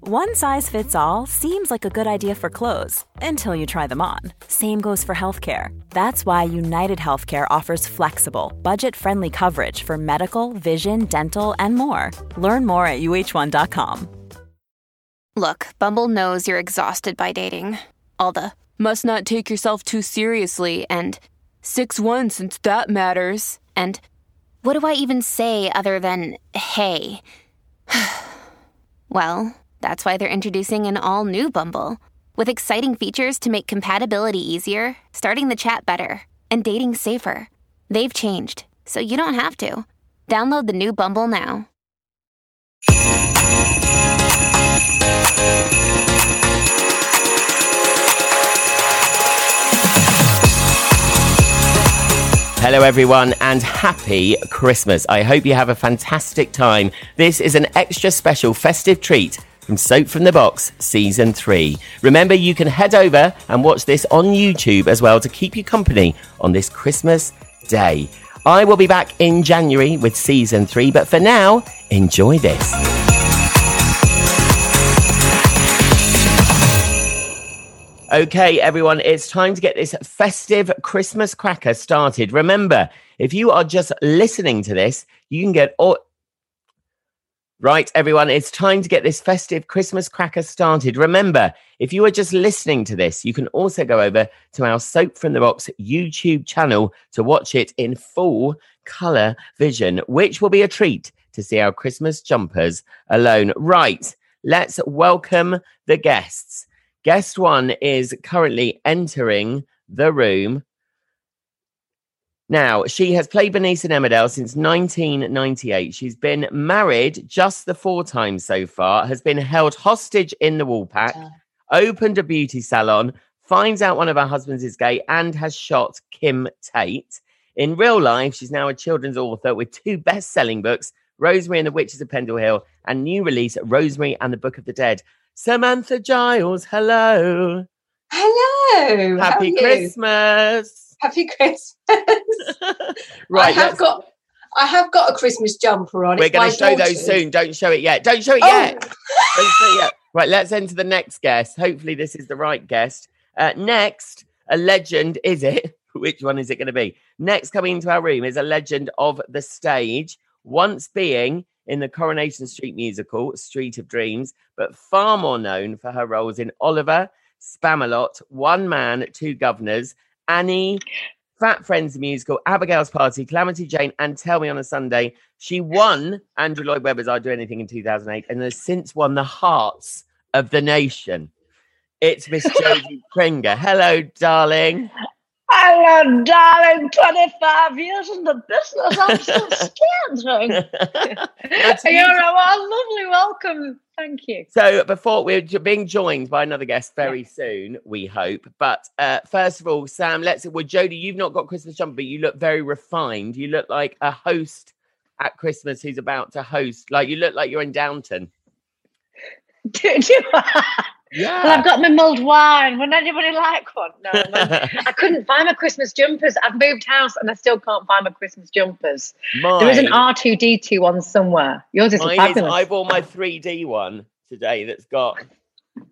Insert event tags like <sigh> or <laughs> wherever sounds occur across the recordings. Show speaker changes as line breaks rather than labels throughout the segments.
One size fits all seems like a good idea for clothes until you try them on. Same goes for healthcare. That's why United Healthcare offers flexible, budget friendly coverage for medical, vision, dental, and more. Learn more at uh1.com.
Look, Bumble knows you're exhausted by dating. All the must not take yourself too seriously and 6 1 since that matters. And what do I even say other than hey? <sighs> well, that's why they're introducing an all new Bumble with exciting features to make compatibility easier, starting the chat better, and dating safer. They've changed, so you don't have to. Download the new Bumble now.
Hello, everyone, and happy Christmas. I hope you have a fantastic time. This is an extra special festive treat from Soap from the Box Season 3. Remember, you can head over and watch this on YouTube as well to keep you company on this Christmas day. I will be back in January with Season 3, but for now, enjoy this. Okay, everyone, it's time to get this festive Christmas cracker started. Remember, if you are just listening to this, you can get all. Right, everyone, it's time to get this festive Christmas cracker started. Remember, if you are just listening to this, you can also go over to our Soap from the Box YouTube channel to watch it in full color vision, which will be a treat to see our Christmas jumpers alone. Right, let's welcome the guests. Guest one is currently entering the room. Now, she has played Bernice in Emmerdale since 1998. She's been married just the four times so far, has been held hostage in the Woolpack, opened a beauty salon, finds out one of her husbands is gay, and has shot Kim Tate. In real life, she's now a children's author with two best selling books Rosemary and the Witches of Pendle Hill, and new release Rosemary and the Book of the Dead. Samantha Giles, hello.
Hello. how are
Happy
you?
Christmas.
Happy Christmas. I
<laughs> right.
have
let's-
got I have got a Christmas jumper on.
We're
It's
going
my
to show those
daughter's.
soon. Don't show it yet. Don't show it
Oh.
yet. Don't show it yet. Right. Let's enter the next guest. Hopefully, this is the right guest. Uh, next, a legend, is it? <laughs> Which one is it going to be? Next, coming into our room is a legend of the stage, once being in the Coronation Street musical, Street of Dreams, but far more known for her roles in Oliver, Spamalot, One Man, Two Governors, Annie, Fat Friends the Musical, Abigail's Party, Calamity Jane, and Tell Me on a Sunday. She won Andrew Lloyd Webber's I'd Do Anything in 2008 and has since won the hearts of the nation. It's Miss Josie Pringer. Hello, darling.
Hello, darling. 25 years in the business. I'm still
<laughs>
standing. You're a lovely welcome. Thank you. <laughs>
So before we're j- being joined by another guest very soon, we hope. But uh, first of all, Sam, let's. Well, Jodie, you've not got Christmas jumper, but you look very refined. You look like a host at Christmas who's about to host. Like you look like you're in Downton.
Do, do, well,
<laughs> Yeah.
I've got my mulled wine. Would anybody like one? No, I'm
<laughs>
not. I couldn't find my Christmas jumpers. I've moved house and I still can't find my Christmas jumpers. There is an
Mine-
R2D2 one somewhere. Yours is
mine is,
fabulous.
I bought my 3D one today that's got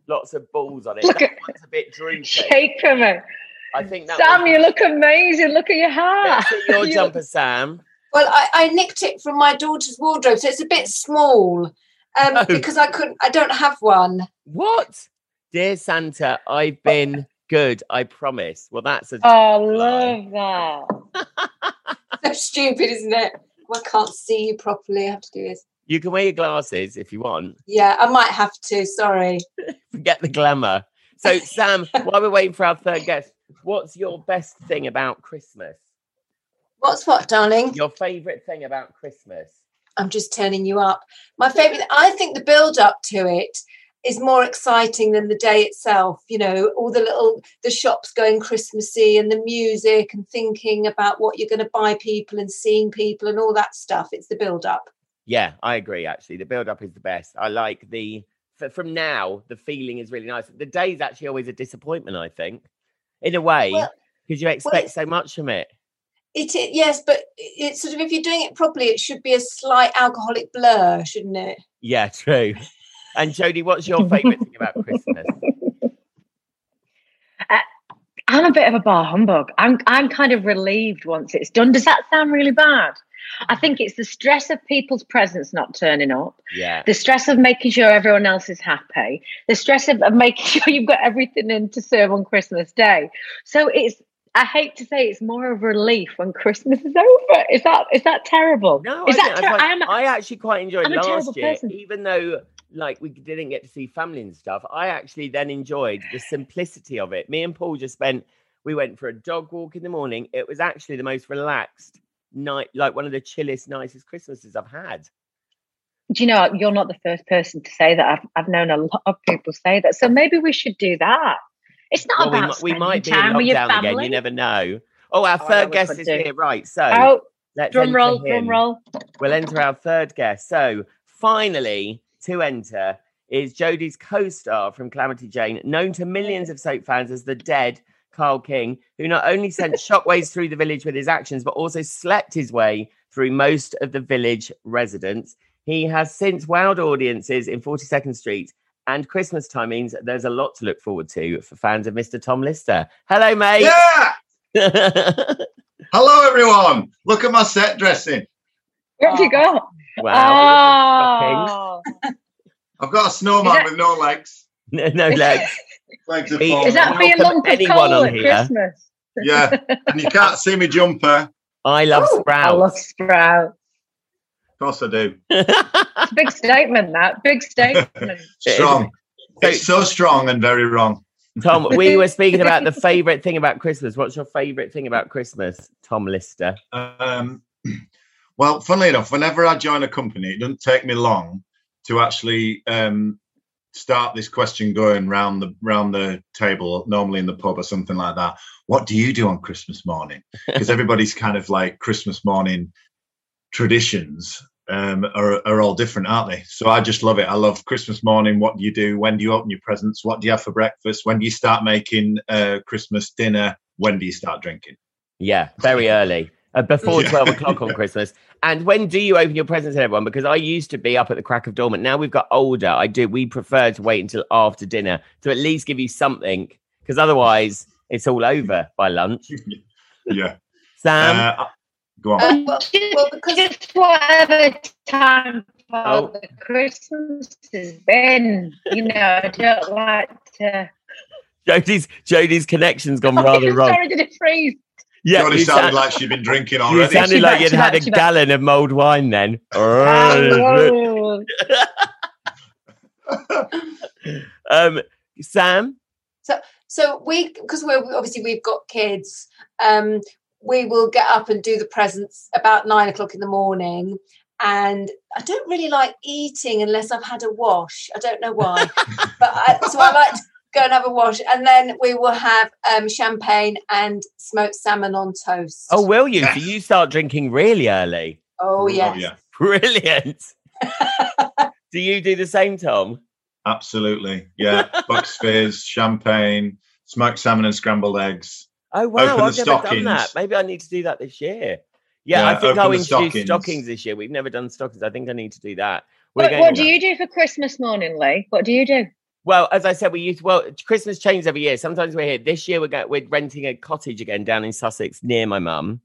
lots of balls on it.
Look
that
at-
one's a bit droopy.
Shake for me.
I think that
Sam,
one-
you look amazing. Look at your hair.
Let's see your
<laughs> You look
jumper, Sam.
Well, I, I nicked it from my daughter's wardrobe, so it's a bit small. Um,
Oh.
because I couldn't I don't have one. <laughs>
What? Dear Santa, I've been good, I promise. Well, that's a.
Oh, love that.
So stupid, isn't it? Well, I can't see you properly. I have to do this.
You can wear your glasses if you want.
Yeah, I might have to, sorry.
Forget the glamour. So, Sam, while we're waiting for our third guest, what's your best thing about Christmas?
What's what, darling?
Your favourite thing about Christmas?
I'm just turning you up. My favorite, I think the build up to it is more exciting than the day itself. You know, all the little the shops going Christmassy and the music and thinking about what you're going to buy people and seeing people and all that stuff. It's the build up.
Yeah, I agree. Actually, the build up is the best. I like the f- from now. The feeling is really nice. The day is actually always a disappointment. I think, in a way, because
Well-
you expect so much from it.
It, it yes, but it's sort of if you're doing it properly, it should be a slight alcoholic blur, shouldn't it?
Yeah, true. And Jodie, what's
<laughs>
your favourite thing about Christmas?
I'm a bit of a bar humbug. I'm I'm kind of relieved once it's done. Does that sound really bad? I think it's the stress of people's presence not turning up,
Yeah.
the stress of making sure everyone else is happy, the stress of, of making <laughs> sure you've got everything in to serve on Christmas Day. So it's I hate to say it's more of a relief when Christmas is over. Is that is that terrible?
No,
is
I,
that
don't. I,
ter-
find-
I'm-
I actually quite enjoyed
I'm a terrible
last year,
person.
even though like we didn't get to see family and stuff. I actually then enjoyed the simplicity of it. Me and Paul just spent. We went for a dog walk in the morning. It was actually the most relaxed night, like one of the chillest, nicest Christmases I've had.
do you know you're not the first person to say that i've, I've known a lot of people say that so maybe we should do that it's
Well,
not
we,
about
mi- we
spending
might be in
time with your
lockdown
family
again. You never know. Oh, our
Oh, I know
third
we
guest
could
is
do.
here, right? So
oh
let's
drum
enter
roll drum
him.
roll
We'll enter our third guest. So finally, to enter is Jodie's co-star from Calamity Jane, known to millions of soap fans as the dead Carl King, who not only sent shockwaves through the village with his actions, but also slept his way through most of the village residents. He has since wowed audiences in 42nd Street, and Christmas time means there's a lot to look forward to for fans of Mr. Tom Lister. Hello, mate.
Yeah! Hello, everyone. Look at my set dressing.
where have you got
<laughs> wow.
oh
I've got a snowman
Is that-
with no legs.
No, <laughs> no legs.
Legs are
Is
falling.
is that for your
Welcome
lump of
anyone
coal
on
at
here.
christmas
Yeah, and you can't see me jumper.
I love
Oh, i
sprouts.
love sprout
Of course I do.
<laughs> it's a big statement that big <laughs> statement
Strong. It's so strong and very wrong.
Tom, we were speaking about the favorite thing about Christmas. What's your favorite thing about Christmas, Tom Lister?
Um, well, funnily enough, whenever I join a company, it doesn't take me long to actually um, start this question going round the round the table, normally in the pub or something like that. What do you do on Christmas morning? Because everybody's kind of like Christmas morning traditions um, are are all different, aren't they? So I just love it. I love Christmas morning. What do you do? When do you open your presents? What do you have for breakfast? When do you start making uh, Christmas dinner? When do you start drinking? <laughs>
Yeah, very early, uh, before
Yeah.
12 o'clock on Christmas. And when do you open your presents to everyone? Because I used to be up at the crack of dawn, but now we've got older. I do. We prefer to wait until after dinner to at least give you something, because otherwise it's all over by lunch.
Yeah.
Sam,
Uh, go on.
Um,
Uh, well, well, because
just whatever time for
Oh.
the Christmas has been, you know, I don't like to.
Jodie's Jodie's connection's gone <laughs> rather
<laughs> I'm
wrong.
Sorry, did it freeze?
Yeah,
Jodie
you
sounded
sound-
like she'd been drinking
you
already.
sounded like
She
you'd
back,
had a
she back.
gallon of mulled wine then.
Oh,
um, Sam,
so we because we're obviously we've got kids um we will get up and do the presents about nine o'clock in the morning and I don't really like eating unless I've had a wash. I don't
<laughs>
know why, but I, so I like to go and have a wash, and then we will have um, champagne and smoked salmon on toast.
oh, will you? So you start drinking really early. <laughs>
oh yes.
yeah. <laughs>
Brilliant. do you do the same, Tom?
Absolutely. Yeah. Bucks fizz, champagne, smoked salmon and scrambled eggs.
Oh wow,
Open the
I've never done that.
stockings.
Maybe I need to do that this year. Yeah,
Yeah,
I think
open
I'll
the
introduce stockings.
stockings.
this year. We've never done stockings. I think I need to do that. We're
what,
going
what
to-
do you do for Christmas morning, Lee? What do you do?
Well, as I said, we used well Christmas changes every year. Sometimes we're here. This year we're go- we're renting a cottage again down in Sussex near my mum,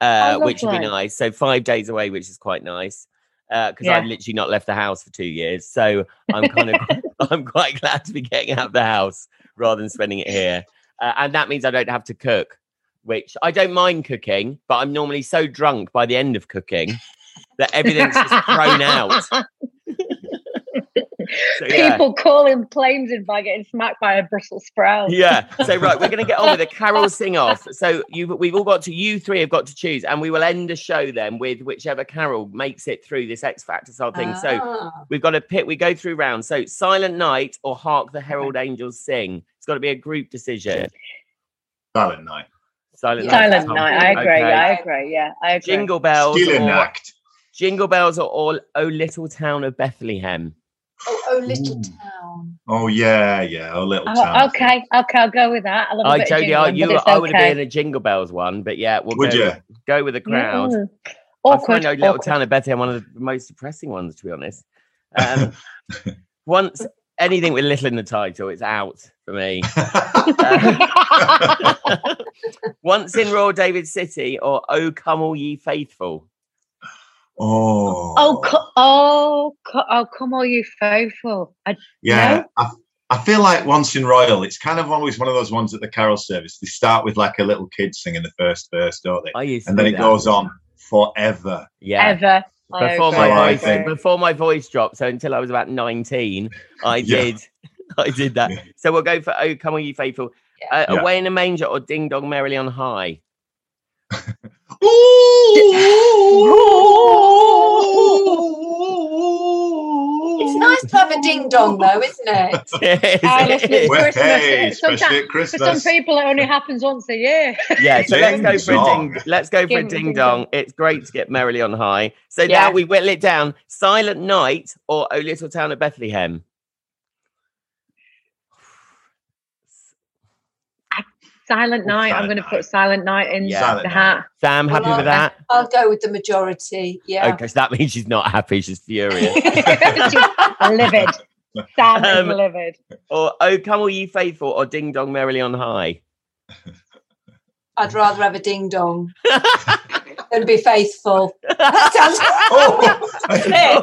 uh,
Oh,
which would be
lovely.
nice. So five days away, which is quite nice because
Yeah.
I've literally not left the house for two years. So I'm kind of <laughs> I'm quite glad to be getting out of the house rather than spending it here, uh, and that means I don't have to cook, which I don't mind cooking, but I'm normally so drunk by the end of cooking that everything's just
<laughs>
thrown out. So, yeah.
People calling planes in by getting smacked by a Brussels sprout.
Yeah. So right, we're going to get on with
<laughs>
a carol sing off. So you, we've all got to. You three have got to choose, and we will end the show then with whichever carol makes it through this X Factor style thing. So
Ah.
we've got to pick. We go through rounds. So Silent Night or Hark the Herald Angels Sing. It's got to be a group decision.
Silent night.
Silent Night.
Silent
Tom.
night. I agree.
Okay.
I agree. Yeah, I agree.
Jingle bells.
Stealing
Or,
act.
jingle bells or all. Oh, little town of Bethlehem.
oh, oh, little
Ooh.
town.
Oh yeah, yeah. A little
Oh,
town.
okay, okay, I'll go with that. I love a
I
bit
Jodie,
of
I,
jingling,
you,
but it's
I would have
okay.
been in a jingle bells one, but yeah, we'll
Would
go,
you?
go with the crowd.
Mm.
I find
Awkward.
No Little
<laughs> awkward. <laughs>
Town of Bethlehem one of the most depressing ones, to be honest. <laughs> Um, Once anything with little in the title, it's out for me. Uh, Once in Raw David City or Oh Come All Ye Faithful.
<laughs> oh.
Oh, co- oh, co- oh, come all you faithful. I,
Yeah,
No?
I, I feel like once in Royal, it's kind of always one of those ones at the carol service. They start with like a little kid singing the first verse, don't they?
I used to
And then
do
it
that.
goes on forever.
Yeah.
Ever. I
Before
agree.
So I
my voice,
think-
before my voice dropped, so until I was about nineteen, I
Yeah.
did, <laughs> I did that.
Yeah.
So we'll go for "Oh Come On, You Faithful," uh,
Yeah.
"Away in a Manger" or "Ding Dong Merrily on
<laughs>
High."
It's nice to have a ding dong, though,
<laughs>
isn't it?
Yes,
Ah,
<laughs> it <laughs> is.
listen, it's Christmas.
Hey,
Sometimes-
especially at
For some
Christmas.
people, it only happens once a year. <laughs>
yeah, so let's go for a
Ding
ding. Let's go for a
Ding
ding
dong.
dong. It's great to get merrily on high. So
Yeah.
now we whittle it down. Silent Night or "O Little Town of Bethlehem."
Silent
Oh,
Night. I'm
Silent
going to
Night.
put Silent Night in
Yeah.
Silent
the
Night.
hat. <laughs>
Sam, happy
Well,
with
I-
that?
I'll go with the majority. Yeah.
Okay, so that means she's not happy. She's
<laughs>
furious.
<laughs>
livid. Sam
Um,
is livid.
or "Oh Come All Ye Faithful" or "Ding Dong Merrily on High."
I'd rather have a ding dong
<laughs>
than be faithful. That sounds
<laughs> <laughs> Oh,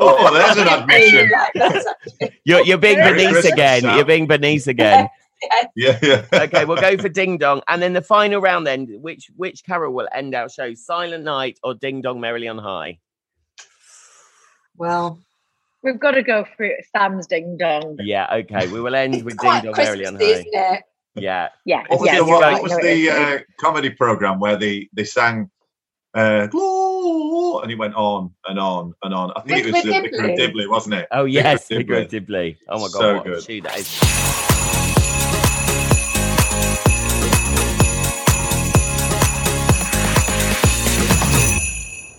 oh, there's an admission.
<laughs>
<laughs>
You're, you're being
Merry
Bernice
Christmas,
again.
Sam.
You're being Bernice again.
Yeah, yeah.
Okay, we'll go for Ding Dong, and then the final round. Then, which which carol will end our show? Silent Night or Ding Dong Merrily on High?
well,
We've got to go for it. Sam's ding dong.
Yeah. Okay, we will end
it's
with Ding
quite
Dong Merrily
Christmassy,
on
isn't
High.
it?
Yeah.
Yeah.
What was
yeah,
the,
you're
what,
right,
what was
no, it
the
is.
uh, comedy program where they they sang? Uh, "Glow," and it went on and on and on. I
With-
think it was
with
the Vicar of
Dibley.
Dibley, wasn't it?
Oh yes,
Dibley.
figuratively. Oh my god,
So
what a
good.
shoe that is.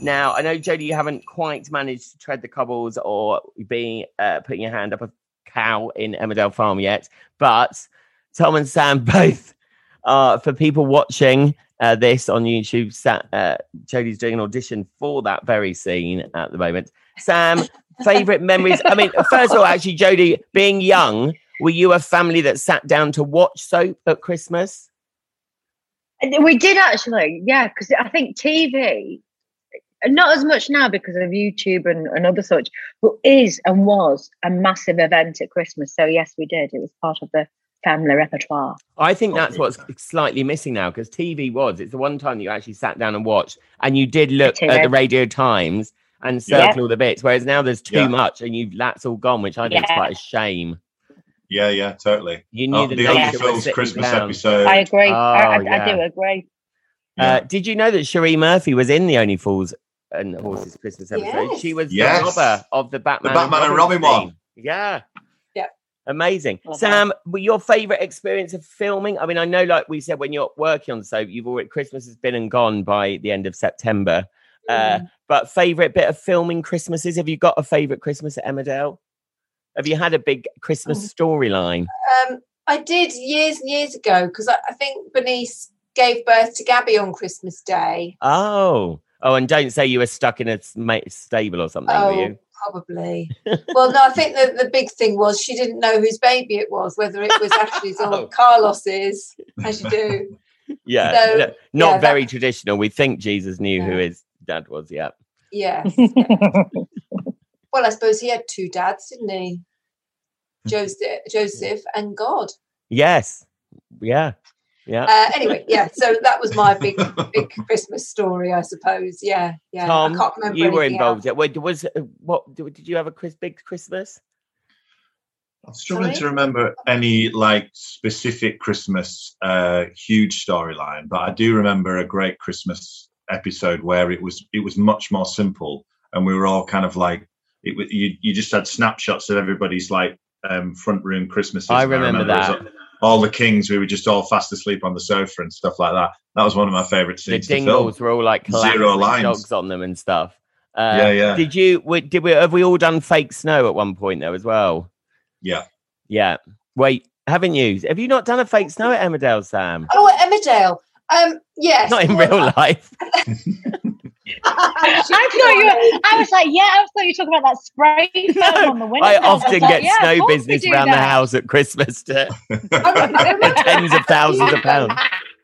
Now, I know Jodie, you haven't quite managed to tread the cobbles or be uh, putting your hand up a cow in Emmerdale Farm yet, but Tom and Sam <laughs> both are for people watching uh, this on YouTube. Sa- uh, Jodie's doing an audition for that very scene at the moment. Sam, favorite memories. I mean, first of all, actually, Jodie, being young, were you a family that sat down to watch soap at Christmas?
And We did actually, yeah, because I think TV, not as much now because of YouTube and, and other such, but is and was a massive event at Christmas. So, yes, we did. It was part of the family repertoire.
I think that's
Probably.
what's slightly missing now because TV was. It's the one time that you actually sat down and watched, and you did look
It
at the
is.
Radio Times and
Yeah.
circle the bits. Whereas now there's too
Yeah.
much, and you that's all gone, which I think is
Yeah.
quite a shame.
Yeah, yeah, totally.
You knew
Oh,
the,
the
nature
Andy
nature
was
Phil's Christmas episode.
I agree. I, I,
Oh, yeah.
I do agree. <laughs>
Uh, did you know that Cherie Murphy was in the Only Fools and Horses Christmas episode?
Yes.
She was
Yes.
the robber of the Batman,
Batman and Robin one.
scene. Yeah.
Yeah.
Amazing.
Love
Sam, well, your favorite experience of filming? I mean, I know, like we said, when you're working on soap, you've already Christmas has been and gone by the end of September. Uh,
Mm-hmm.
but favorite bit of filming Christmases? Have you got a favorite Christmas at Emmerdale? Have you had a big Christmas storyline?
um, I did years and years ago because I, I think Bernice gave birth to Gabby on Christmas Day.
Oh, oh, and don't say you were stuck in a s- ma- stable or something, were you?
Oh, probably.
<laughs>
well, no, I think the, the big thing was she didn't know whose baby it was, whether it was Ashley's
<laughs>
or
Oh.
Carlos's, as you do.
Yeah,
So,
no- not
yeah, that-
very traditional. We think Jesus knew who
Yeah.
his dad was. Yeah,
Yes.
<laughs>
Well, I suppose he had two dads, didn't he?
Hmm.
Joseph, Joseph and God.
yes, yeah, yeah.
Uh, anyway, yeah. So that was my big,
<laughs>
<laughs>
big Christmas story, I suppose. Yeah, yeah. I
Tom,
can't remember.
you were
anything
involved. Yeah, Wait, was uh, what? d- Did you have a Chris, big Christmas?
I'm struggling
Sorry?
to remember any like specific Christmas uh, huge storyline, but I do remember a great Christmas episode where it was it was much more simple, and we were all kind of like it. wa- You you just had snapshots of everybody's like um, front room Christmases.
I
and
remember
it was
that.
all the kings, we were just all fast asleep on the sofa and stuff like that. That was one of my favourite
The
scenes. to film.
dingles were all like
Zero
collapsed with
lines.
dogs on them and stuff.
yeah,
Uh,
yeah,
Did you? w- Did we? Have we all done fake snow at one point though as well?
yeah.
Yeah. Wait, haven't you? Have you not done a fake snow at Emmerdale, Sam?
<laughs> Oh, at Emmerdale. Um, Oh, yes.
Not in
well,
real life.
I thought you. Were, I was like, yeah. I thought you were talking about
<laughs>
that spray foam on the window.
I
was
often
like,
get
yeah, of
snow
course we
business
do
around the
that.
house at Christmas to <laughs>
<laughs>
I remember-
tens of thousands of
<laughs>
pounds.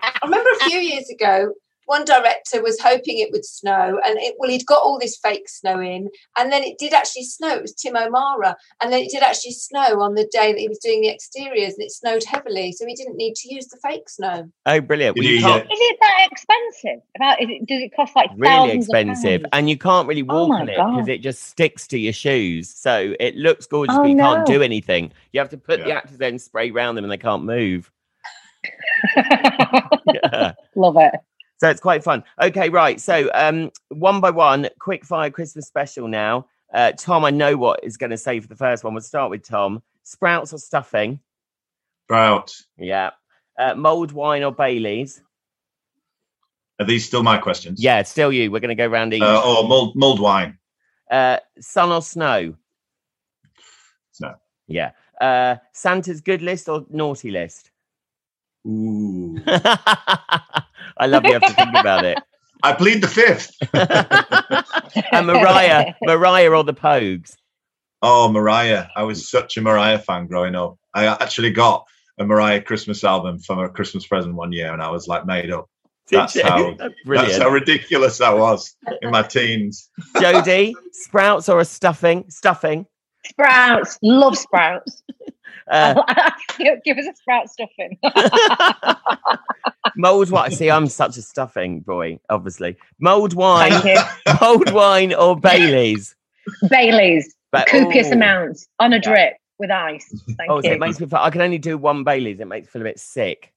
I remember a few years ago, one director was hoping it would snow, and it, well, he'd got all this fake snow in, and then it did actually snow. It was Tim O'Mara, and then it did actually snow on the day that he was doing the exteriors, and it snowed heavily, so he didn't need to use the fake snow.
Oh, brilliant! Well,
Did
you
you
can't,
Is it that expensive? About is it, does it cost like
really
thousands of
expensive,
pounds?
and you can't really
Oh
walk
my
on it
God.
because it just sticks to your shoes. So it looks gorgeous,
Oh,
but you can't
no.
do anything. You have to put the
Yeah.
actors in spray round them, and they can't
<laughs>
move. Yeah.
Love it.
So it's quite fun. Okay, right. So um, one by one, quick fire Christmas special now. Uh, Tom, I know what is going to say for the first one. We'll start with Tom. Sprouts or stuffing?
Sprout.
Yeah. Uh, mold wine or Bailey's?
Are these still my questions?
Yeah, still you. We're going to go round each.
Uh, or mulled, mulled wine.
Uh, sun or snow?
Snow.
Yeah. Uh, Santa's good list or naughty
<laughs>
list?
Ooh.
I love you have to think about
<laughs>
it.
I plead the fifth.
and Mariah, Mariah or the Pogues?
Oh, Mariah. I was such a Mariah fan growing up. I actually got a Mariah Christmas album from a Christmas present one year and I was like made up. That's how-
<laughs> Brilliant.
That's how ridiculous I was in my teens.
Jodie, sprouts or a stuffing? Stuffing.
Sprouts. Love sprouts.
Uh,
<laughs> Give us a sprout stuffing.
<laughs> mold wine. See, I'm such a stuffing boy, obviously. Mold wine,
Thank you.
mold wine or Bailey's.
Bailey's.
But,
copious
ooh.
amounts on a drip with ice. Thank
Oh, so
you.
it makes me feel, I can only do one Bailey's. It makes me feel a bit sick.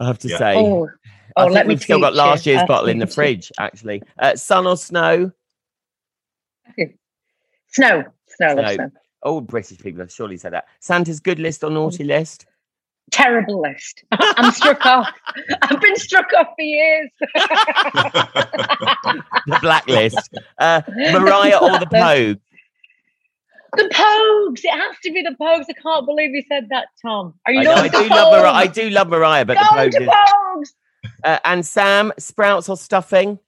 I have to
Yeah.
say.
oh,
I
oh,
think
let me
we've still got
teach
last
you.
year's
Uh,
bottle in the fridge, actually. Uh, sun or snow?
Snow, snow,
Snow.
snow. snow.
All Oh, British people have surely said that. Santa's good list or naughty
Mm.
list?
Terrible list. <laughs> I'm struck off. <laughs> I've been struck off for years.
The
<laughs>
blacklist. Uh, Mariah or the Pogue?
The Pogues. It has to be the Pogues. I can't believe you said that, Tom. Are you
I, know,
not
I do love Mariah. I do love Mariah, but
Go
the
to
Pogue is.
Pogues.
Uh, and Sam, sprouts or stuffing?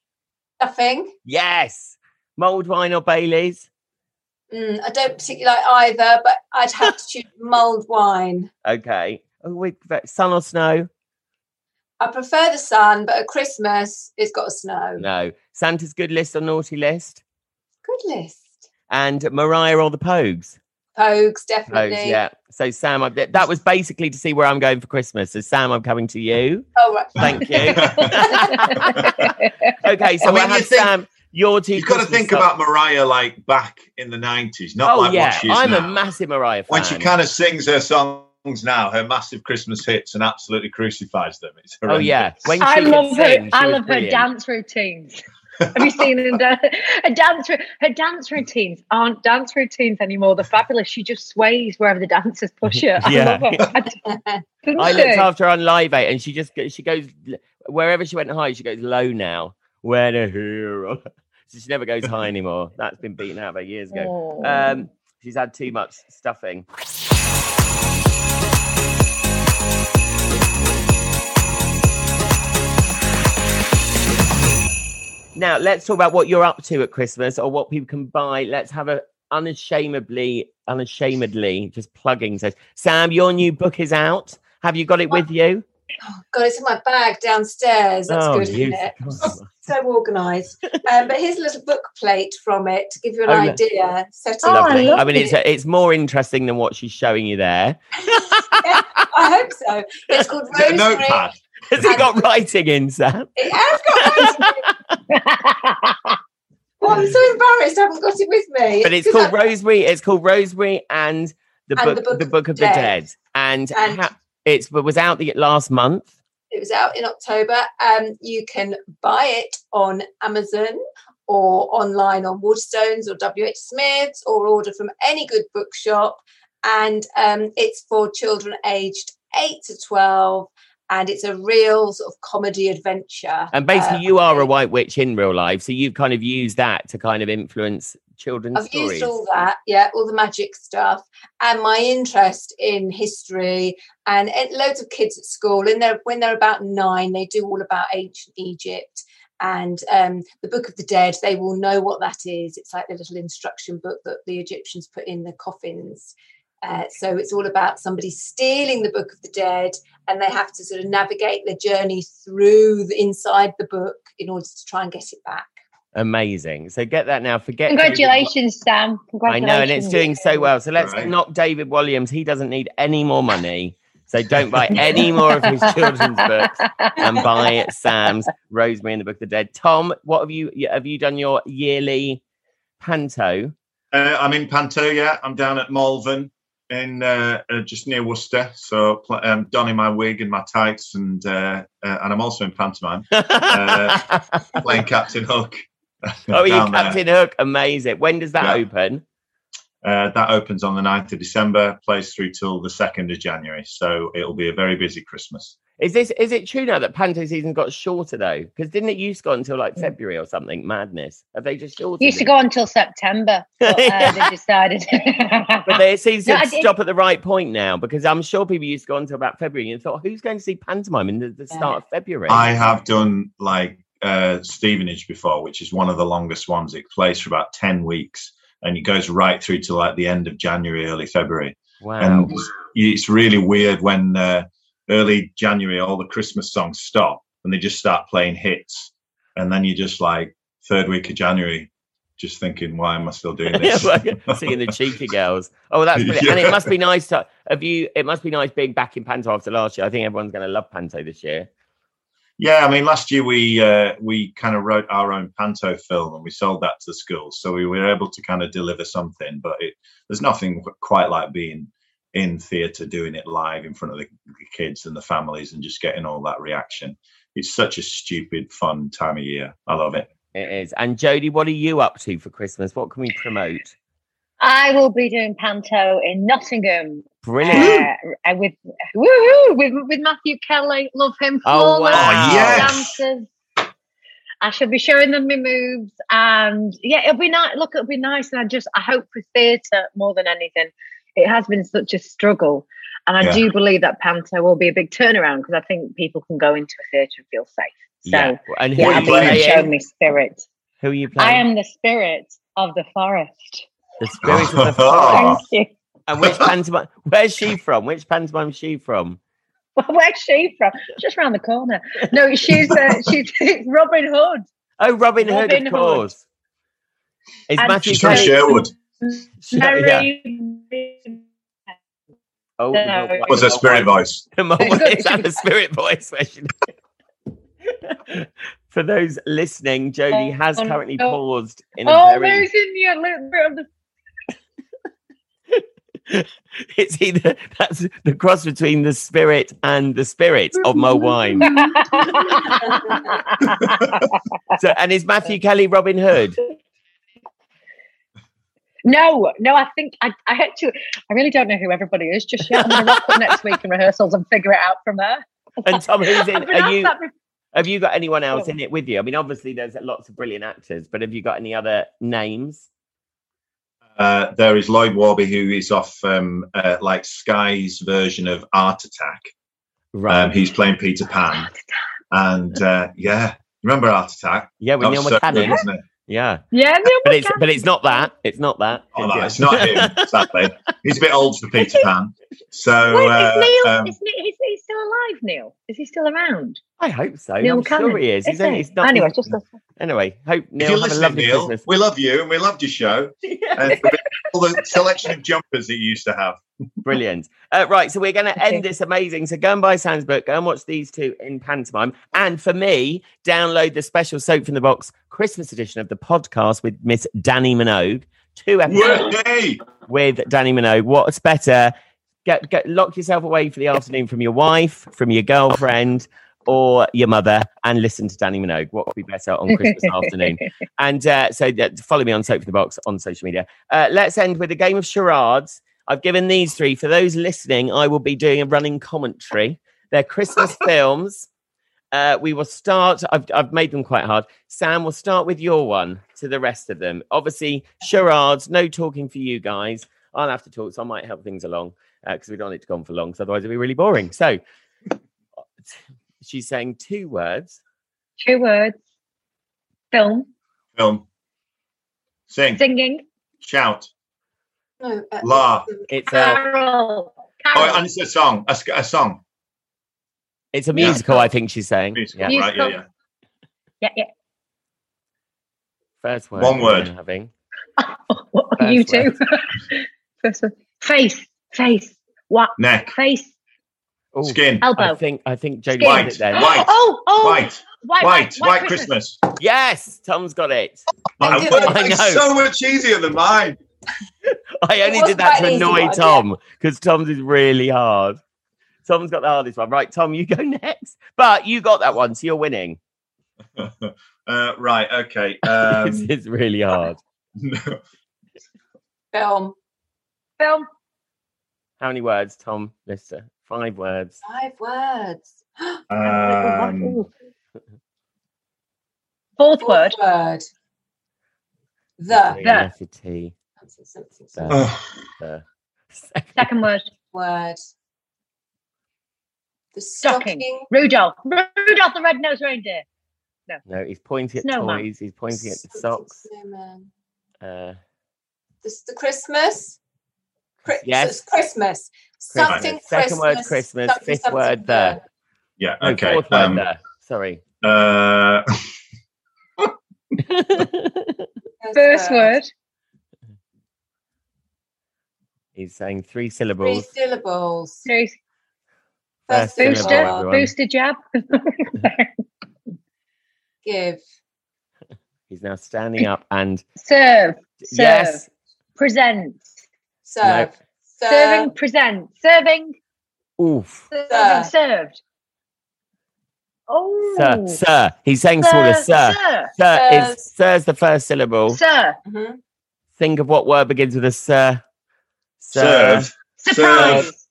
Stuffing.
Yes. Mold wine or Bailey's?
Mm, I don't particularly like either, but I'd have to choose <laughs> mulled wine.
Okay. Oh, we, sun or snow?
I prefer the sun, but at Christmas it's got to snow.
No. Santa's good list or naughty list?
Good list.
And Mariah or the Pogues? Those,
Pogues, definitely.
yeah. So Sam, I, that was basically to see where I'm going for Christmas. So Sam, I'm coming to you.
Oh, right.
Thank
<laughs>
you. <laughs> okay, so
I
I,
mean, you
have
think-
Sam. Your two.
You've got to
Christmas
think
songs.
about Mariah like back in the 90s, not
oh
like
yeah,
what she is
I'm a
now.
massive Mariah fan.
when she kind of sings her songs now, her massive Christmas hits, and absolutely crucifies them. It's
Oh yeah,
horrendous.
when
I
she could
love her.
sing, she
I
was
love her
brilliant.
dance routines. Have you seen her, da- her dance? ru- Her dance routines aren't dance routines anymore. They're fabulous. She just sways wherever the dancers
<laughs>
push her. I
Yeah.
love her. I, don't
I
she?
looked after her on Live Eight, and she just go- she goes wherever she went high, she goes low now. When a hero, <laughs> so she never goes high anymore. That's been beaten out of her years ago.
Oh.
Um, she's had too much stuffing. Now let's talk about what you're up to at Christmas or what people can buy. Let's have a unashamedly, unashamedly just plugging. So Sam, your new book is out. Have you got it with you?
God, it's in my bag downstairs. That's
oh,
good, isn't
you- <laughs>
it?
come on.
So organised. Um, but here's a little book plate from it to give you an
Oh, lo-
idea. Set it
Oh,
up.
Lovely.
love
I mean, it's it's more interesting than what she's showing you there.
<laughs>
<laughs>
I hope so. It's called
Is it a
Rosemary.
notepad.
Has it got writing in, Sam?
<laughs> It has got rosemary. Oh, I'm so embarrassed. I haven't got it with me.
But it's
'cause
called
I-
Rosemary. It's called Rosemary and the
And
book, the book, of the Dead. And,
And-
ha- it's it was out the last month.
It was out in October. Um, you can buy it on Amazon or online on Waterstones or WH Smith's or order from any good bookshop. And um, it's for children aged 8 to 12. And it's a real sort of comedy adventure.
And basically,
Um,
you are a white witch in real life, so you've kind of used that to kind of influence children's
I've
stories.
used all that, yeah, all the magic stuff, and my interest in history, and, and loads of kids at school, and they're when they're about nine, they do all about ancient Egypt, and um, the Book of the Dead. They will know what that is. It's like the little instruction book that the Egyptians put in the coffins. Uh, so it's all about somebody stealing the Book of the Dead, and they have to sort of navigate their journey through the, inside the book in order to try and get it back.
Amazing. So get that now. Forget David
Congratulations, Sam.
Wa- I
Congratulations.
know, and it's doing so well. So let's
Right.
knock David Williams. He doesn't need any more money. So
<laughs>
don't buy any more of his children's books
<laughs>
and buy Sam's Rosemary and the Book of the Dead. Tom, what have you have you done your yearly panto?
Uh, I'm in Panto, yeah. I'm down at Malvern in uh, uh, just near Worcester. So pl- um, donning my wig and my tights, and uh, uh, and I'm also in pantomime Uh, playing Captain Hook.
<laughs> oh, you
down there.
Captain Hook, amazing. When does that
Yeah.
open?
Uh, that opens on the 9th of December, plays through till the 2nd of January. So it'll be a very busy Christmas.
Is this is it true now that panto season got shorter though? Because didn't it used to go until like February or something? Madness. Have they just shortened?
Mm. Used to
it? <laughs>
go until September, but uh, they decided.
But they, it seems
No, I
to
did-
stop at the right point now because I'm sure people used to go on to about February and thought, who's going to see pantomime in the, the start of February?
I have done like uh, Stevenage before, which is one of the longest ones. It plays for about 10 weeks and it goes right through to like the end of January, early February.
wow.
And it's really weird when uh, early January all the Christmas songs stop and they just start playing hits. And then you're just like, third week of January, just thinking, why am I
<laughs>
still doing this? <laughs>
Seeing the cheeky girls. Oh, that's brilliant. And it
Yeah.
must be nice to have you. It must be nice being back in panto after last year. I think everyone's going to love panto this year.
Yeah, I mean, last year we uh, we kind of wrote our own panto film and we sold that to the schools, so we were able to kind of deliver something. But it, there's nothing qu- quite like being in theatre, doing it live in front of the the kids and the families, and just getting all that reaction. It's such a stupid fun time of year. I love it.
It is. And Jodie, what are you up to for Christmas? What can we promote?
<laughs> I will be doing panto in Nottingham
Brilliant.
uh, with woo-hoo, with with Matthew Kelly. Love him.
Oh,
flawless,
wow.
Yes.
dancers. I shall be showing them my moves, and yeah, it'll be nice. Look, it'll be nice, and I just I hope for theatre more than anything. It has been such a struggle, and I
Yeah.
do believe that panto will be a big turnaround because I think people can go into a theatre and feel safe. So
Yeah. And who
yeah,
What
are
I
you
think I've shown
playing?
my spirit.
Who are you
I
playing?
am the spirit of the forest.
The spirit
<laughs>
of the forest.
Oh.
<laughs> Thank you.
And which pantomime? Where's she from? Which pantomime is she from?
<laughs> Where's she from? Just round the corner. No,
<laughs>
she's uh, she's <laughs> Robin Hood.
Oh, Robin Hood,
Robin
of
Hood.
course. Is
And
Matthew
She's from
Kelly.
Sherwood.
Sh- yeah.
Merry.
Oh, the
No.
mole-
Was
the
her
mole
spirit
wife-
voice?
The
<laughs>
mole
It's
wife-
good,
is that
it's
the spirit voice version? For those listening, Jodie has
Oh,
currently
no.
paused in a
Oh,
very.
losing you, little bit of the
<laughs> It's either that's the cross between the spirit and the spirit of Mo Wine. So, and is
<laughs>
Matthew Kelly Robin Hood?
no, no, I think I, I actually, I really don't know who everybody is just yet. I'm going to rock up next week in rehearsals and figure it out from there.
And Tom, who's in?
<laughs> I've been
Are
asked
you?
that before.
Have you got anyone else
Oh.
in it with you? I mean, obviously there's lots of brilliant actors, but have you got any other names?
Uh, there is Lloyd Warby, who is off um, uh, like Sky's version of Art Attack. Um, he's playing Peter Pan. And uh, yeah, remember Art Attack?
yeah, with
That
Neil
was so good,
McCannon.
wasn't it?
Yeah,
Yeah, no,
but it's but it's not that. It's not that.
Oh,
It's-
no, it's not him, sadly. He's a bit old for Peter Pan. So
Wait,
uh,
is Neil,
um,
is, Neil, is he still alive, Neil? Is he still around?
<laughs> I hope so.
Neil
I'm sure
Cannon,
he is. He's,
is
only-
he?
he's not,
anyway,
anyway,
just
anyway, hope
if you're
Neil have a
listening,
lovely
Neil, <laughs>
Christmas.
we love you and we loved your show. And all the selection of jumpers that you used to have.
Brilliant. Uh, right, so we're going to end
Okay.
this amazing. So go and buy Sam's book. Go and watch these two in pantomime. And for me, download the special Soap from the Box Christmas edition of the podcast with Miss Danny Minogue. Two episodes.
Hey!
with Danny Minogue. What's better? Get, get lock yourself away for the afternoon from your wife, from your girlfriend, or your mother, and listen to Danny Minogue. What could be better on
<laughs>
Christmas afternoon? And uh, so uh, follow me on Soap for the Box on social media. Uh, let's end with a game of charades. I've given these three. For those listening, I will be doing a running commentary. They're Christmas films. Uh, we will start. I've, I've made them quite hard. Sam, we'll start with your one to the rest of them. Obviously, charades, no talking for you guys. I'll have to talk, so I might help things along because we don't want it to go on for long, because otherwise it'll be really boring. So she's saying two words.
Two words.
<laughs>
Film.
Film. Sing.
Singing.
Shout.
No, uh,
La.
It's a
Carol.
Oh, and
Carol.
it's a song. A, sc- a song.
it's a
Yeah.
musical. I think she's saying.
Musical,
Yeah.
right? Yeah,
Musical.
yeah.
Yeah, <laughs> yeah.
First word.
One
we're
word.
Having
What you
First word.
two. <laughs> First one. Face. Face. What?
Neck.
Face.
Ooh,
Skin.
Elbow.
I think I think Jodie
Skin.
did
White.
it then.
White.
<gasps> Oh, oh.
White.
White,
White. White Christmas. Oh,
Yes, Tom's got it.
My
do-
word,
I
it's
know.
so much easier than mine.
I only
was
did that
quite
to
an easy
annoy
one, yeah.
Tom because Tom's is really hard. Tom's got the hardest one. Right, Tom, you <laughs> go next. But you got that one, so you're winning.
<laughs>
<laughs>
Uh, right. Okay. Um,
this is really hard.
<laughs> no.
film.
Film.
How many words, Tom? Lister. Five words.
Five words.
um,
Ooh. Oh, Fourth
Fourth
word.
word. The.
Three
The.
letter T. The.
ugh.
The.
Second word.
Word. The
Stocking.
stocking.
Rudolph. Rudolph the red-nosed reindeer.
No, he's pointing at
Snowman.
toys. He's pointing at the
Something
socks.
snowman.
Uh,
The, the Christmas. Chri-
Yes.
it's Christmas. Something
Second word,
Christmas.
Christmas.
something,
Fifth
something
word, there.
<sighs> Yeah.
No,
Okay.
Fourth word,
Um,
there. Sorry.
uh,
First,
First word.
he's saying three
Three
syllables.
syllables.
Three.
First
syllable,
Booster.
syllable, everyone.
Booster jab.
Give.
He's now standing up and
Serve. Serve.
yes,
Present.
Serve. Serve.
Serving. Present. Serving.
oof,
Serving.
Sir.
Served. Oh.
sir, sir. He's saying sort of sir.
Sir.
Sir is
Sirs.
sir's the first syllable.
Sir.
Mhm.
Think of what word begins with a sir. Sir,
serve.
Surprise.
Serve.
Surprise.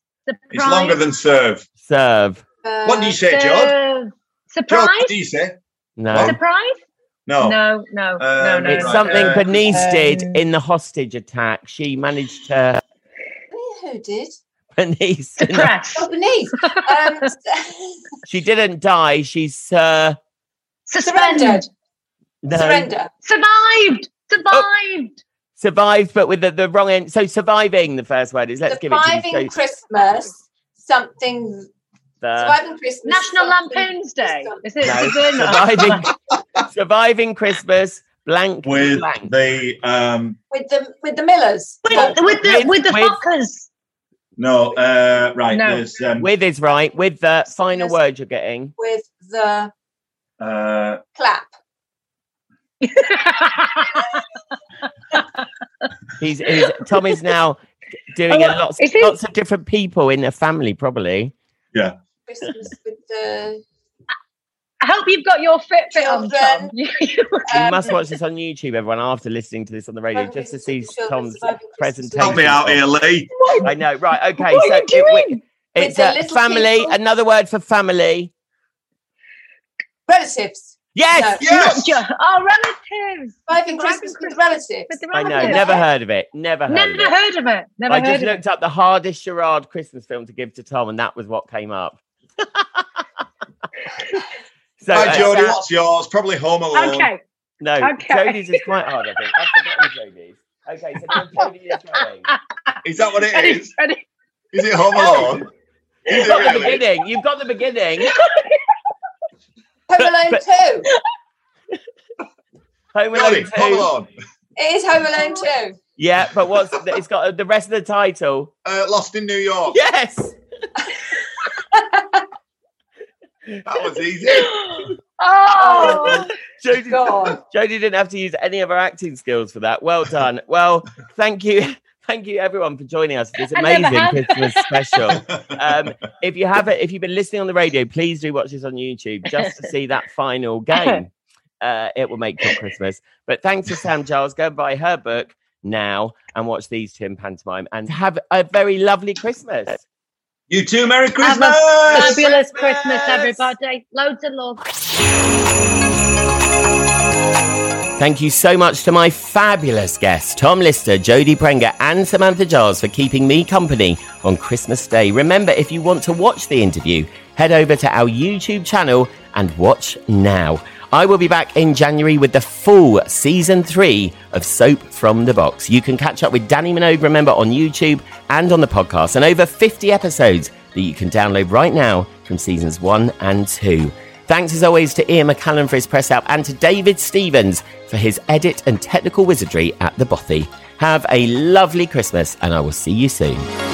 It's longer than serve.
serve.
What do you
Serve.
say, George?
Serve.
George,
Surprise.
what do you say?
No,
Surprise.
No.
No, no, no,
Um,
no.
it's
no.
something
Oh. Uh,
Bernice did
um,
in the hostage attack. She managed to <laughs>
Yeah, Who did?
Bernice. in the-
Suppress.
Oh,
<laughs>
beneath.
<laughs>
Um, <laughs>
she didn't die. She's sir.
Suspended.
Surrendered.
no,
Surrender.
Survived. Survived.
survived, but with the, the wrong end. So surviving. The first word is let's
Surviving
give it to you. So
Christmas. Something.
the-
surviving Christmas.
National
something-
Lampoon's Day. Is it?
No,
is it doing that?
<laughs>
surviving, surviving Christmas. Blank.
With
blank.
the um
With the with the Millers.
With, with the with the
With-
fuckers.
no uh right
No.
there's um
With is right. With the final
Yes.
word you're getting.
with the
uh
clap.
<laughs>
He's, he's Tom is
<laughs>
now doing
Oh,
a lots,
is he-
lots of different people in a family, probably. <laughs>
Christmas with the
I hope you've got your fit fit on, Tom. <laughs>
Children.
You
um,
must watch this on YouTube, everyone, after listening to this on the radio,
Surviving
just to see
Christmas with the children,
Tom's
surviving Christmas
presentation.
help me out here, Lee.
I know, right? Okay,
what
so
are you
it- we-
doing?
With
it's
the
a
little
family.
people.
Another word for family.
with relatives.
Yes,
Yes.
Not ju- Our relatives.
Surviving
Surviving
Christmas with the
Christmas
relatives.
With the
I know.
relatives.
Never heard of it. Never heard. of
Never
it.
heard of it. Never
I
heard
just
of it.
looked up the hardest charade Christmas film to give to Tom, and that was what came
<laughs>
up. so,
Hi
uh,
Jody,
Sam-
what's yours? Probably Home Alone.
Okay.
No,
Okay.
Jodie's is quite hard, I think. I've forgotten Jodie's. Okay, so Tom, Jodie is going.
Is that what it
Ready,
is?
<laughs> ready.
Is it
Oh.
Home Alone? Is
You've
it
got the
<laughs>
really?
beginning. You've got the beginning.
Home Alone
but-
Two.
Home Alone
Jody,
2.
Home Alone.
It is Home Alone Two.
Yeah, but what's the, it's got uh, the rest of the title?
Uh, Lost in New York.
Yes.
That
<laughs>
was easy.
Oh.
Jodie,
God.
Jodie didn't have to use any of her acting skills for that. Well done. Well, thank you. <laughs> Thank you everyone for joining us for this
I never
amazing
have.
Christmas special. Um, if you haven't, if you've been listening on the radio, please do watch this on YouTube just to see that final game. Uh, it will make your Christmas. But thanks to Sam Giles. Go and buy her book now and watch these two in pantomime and have a very lovely Christmas.
you too, Merry
Have
Christmas.
a <laughs> fabulous Christmas, everybody. Loads of love.
Thank you so much to my fabulous guests, Tom Lister, Jodie Prenger, and Samantha Giles for keeping me company on Christmas Day. Remember, if you want to watch the interview, head over to our YouTube channel and watch now. I will be back in January with the full season three of Soap from the Box. You can catch up with Danny Minogue, remember, on YouTube and on the podcast, and over 50 episodes that you can download right now from seasons one and two. Thanks as always to Ian McCallum for his press out and to David Stevens for his edit and technical wizardry at the Bothy. Have a lovely Christmas, and I will see you soon.